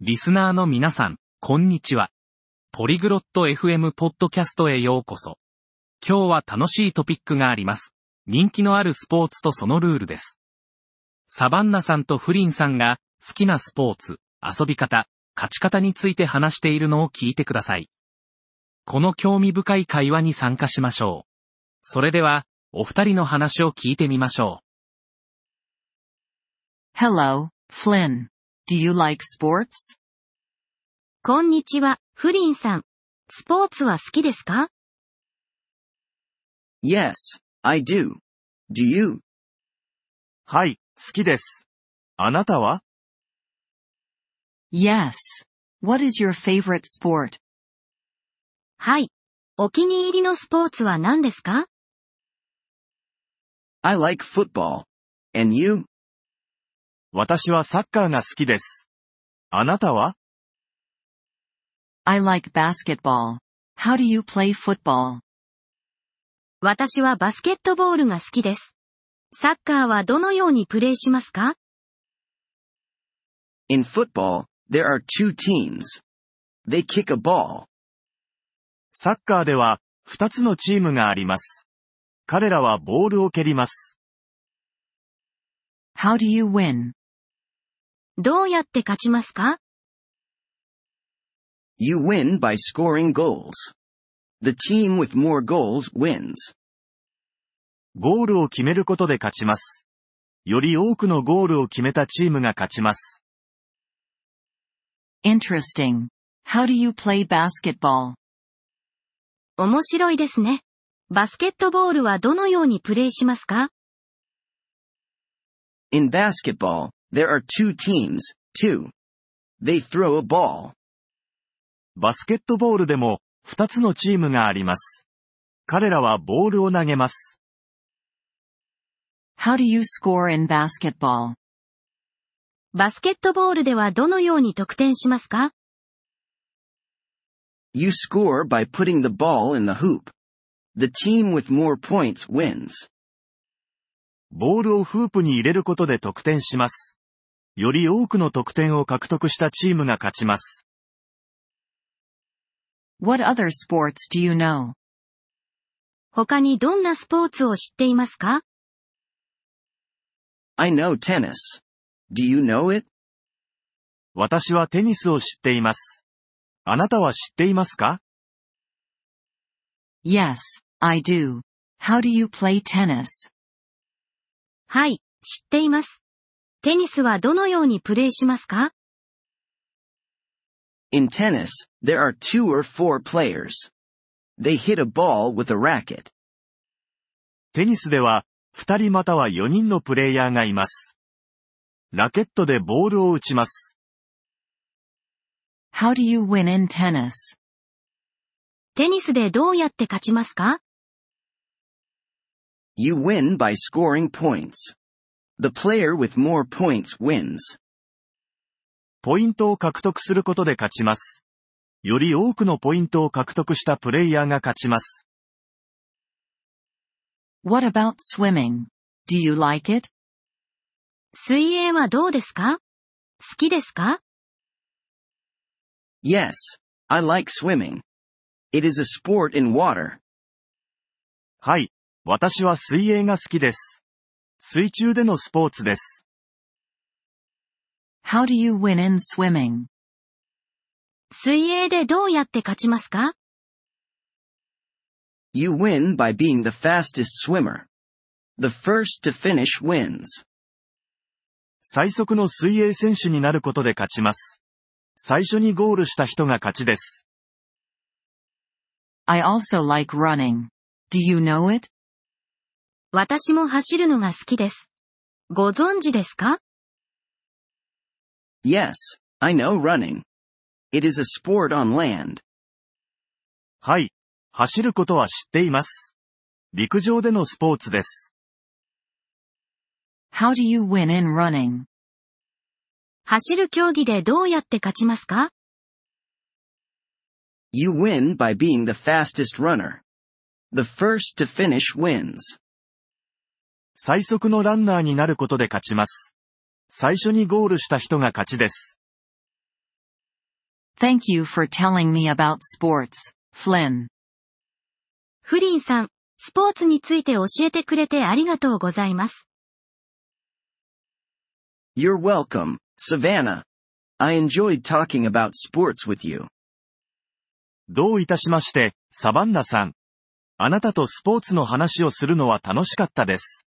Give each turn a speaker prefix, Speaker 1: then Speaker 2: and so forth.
Speaker 1: リスナーの皆さん、こんにちは。ポリグロット FM ポッドキャストへようこそ。今日は楽しいトピックがあります。人気のあるスポーツとそのルールです。サバンナさんとフリンさんが、好きなスポーツ、遊び方、勝ち方について話しているのを聞いてください。この興味深い会話に参加しましょう。それでは、お二人の話を聞いてみましょう。
Speaker 2: Hello, Flynn. Do you like sports?
Speaker 3: こんにちは、フリンさん。スポーツは好きですか
Speaker 4: Yes, I do. Do you?
Speaker 5: はい、好きです。あなたは
Speaker 2: Yes. What is your favorite sport?
Speaker 3: はい。お気に入りのスポーツは何ですか
Speaker 4: I like football. And you?
Speaker 5: 私はサッカーが好きです。あなたは
Speaker 2: I like basketball. How do you play football?
Speaker 3: 私はバスケットボールが好きです。サッカーはどのようにプレイしますか
Speaker 4: In football, there are two teams. They kick a ball.
Speaker 5: サッカーでは、二つのチームがあります。彼らはボールを蹴ります。
Speaker 2: How do you win?
Speaker 3: どうやって勝ちますか
Speaker 4: You win by scoring goals. The team with more goals wins.
Speaker 5: ゴールを決めることで勝ちます。より多くのゴールを決めたチームが勝ちます。
Speaker 2: Interesting. How do you play basketball?
Speaker 3: 面白いですね。バスケットボールはどのようにプレイしますか
Speaker 4: In basketball, there are two teams, too. They throw a ball.
Speaker 5: バスケットボールでも、二つのチームがあります。彼らはボールを投げます。
Speaker 2: How do you score in basketball?
Speaker 3: バスケットボールではどのように得点しますか
Speaker 4: You score by putting the ball in the hoop. The team with more points wins.
Speaker 5: ボールをフープに入れることで得点します。より多くの得点を獲得したチームが勝ちます。
Speaker 2: What other sports do you know?
Speaker 3: 他にどんなスポーツを知っていますか
Speaker 4: I know tennis. Do you know it?
Speaker 5: 私はテニスを知っています。あなたは知っていますか
Speaker 2: Yes, I do. How do you play tennis?
Speaker 3: はい、知っています。テニスはどのようにプレイしますか
Speaker 4: In tennis, there are two or four players. They hit a ball with a racket.
Speaker 5: テニスでは、二人または四人のプレイヤーがいます。ラケットでボールを打ちます。
Speaker 2: How do you win in tennis?
Speaker 3: テニスでどうやって勝ちますか
Speaker 4: You win by scoring points. The player with more points wins.
Speaker 5: ポイントを獲得することで勝ちます。より多くのポイントを獲得したプレイヤーが勝ちます。
Speaker 2: What about swimming? Do you like it?
Speaker 3: 水泳はどうですか好きですか
Speaker 4: Yes, I like swimming. It is a sport in water.
Speaker 5: はい。私は水泳が好きです。水中でのスポーツです。
Speaker 2: How do you win in swimming?
Speaker 3: 水泳でどうやって勝ちますか
Speaker 4: You win by being the fastest swimmer. The first to finish wins.
Speaker 5: 最速の水泳選手になることで勝ちます。最初にゴールした人が勝ちです。
Speaker 2: I also like running. Do you know it?
Speaker 3: 私も走るのが好きです。ご存知ですか
Speaker 4: Yes, I know running. It is a sport on land.
Speaker 5: はい。走ることは知っています。陸上でのスポーツです。
Speaker 2: How do you win in running?
Speaker 3: 走る競技でどうやって勝ちますか
Speaker 4: You win by being the fastest runner. The first to finish wins.
Speaker 5: 最速のランナーになることで勝ちます。最初にゴールした人が勝ちです。
Speaker 2: Thank you for telling me about sports, Flynn.
Speaker 3: フリンさん、スポーツについて教えてくれてありがとうございます。
Speaker 4: You're welcome, Savannah. I enjoyed talking about sports with you.
Speaker 5: どういたしまして、サバンナさん。あなたとスポーツの話をするのは楽しかったです。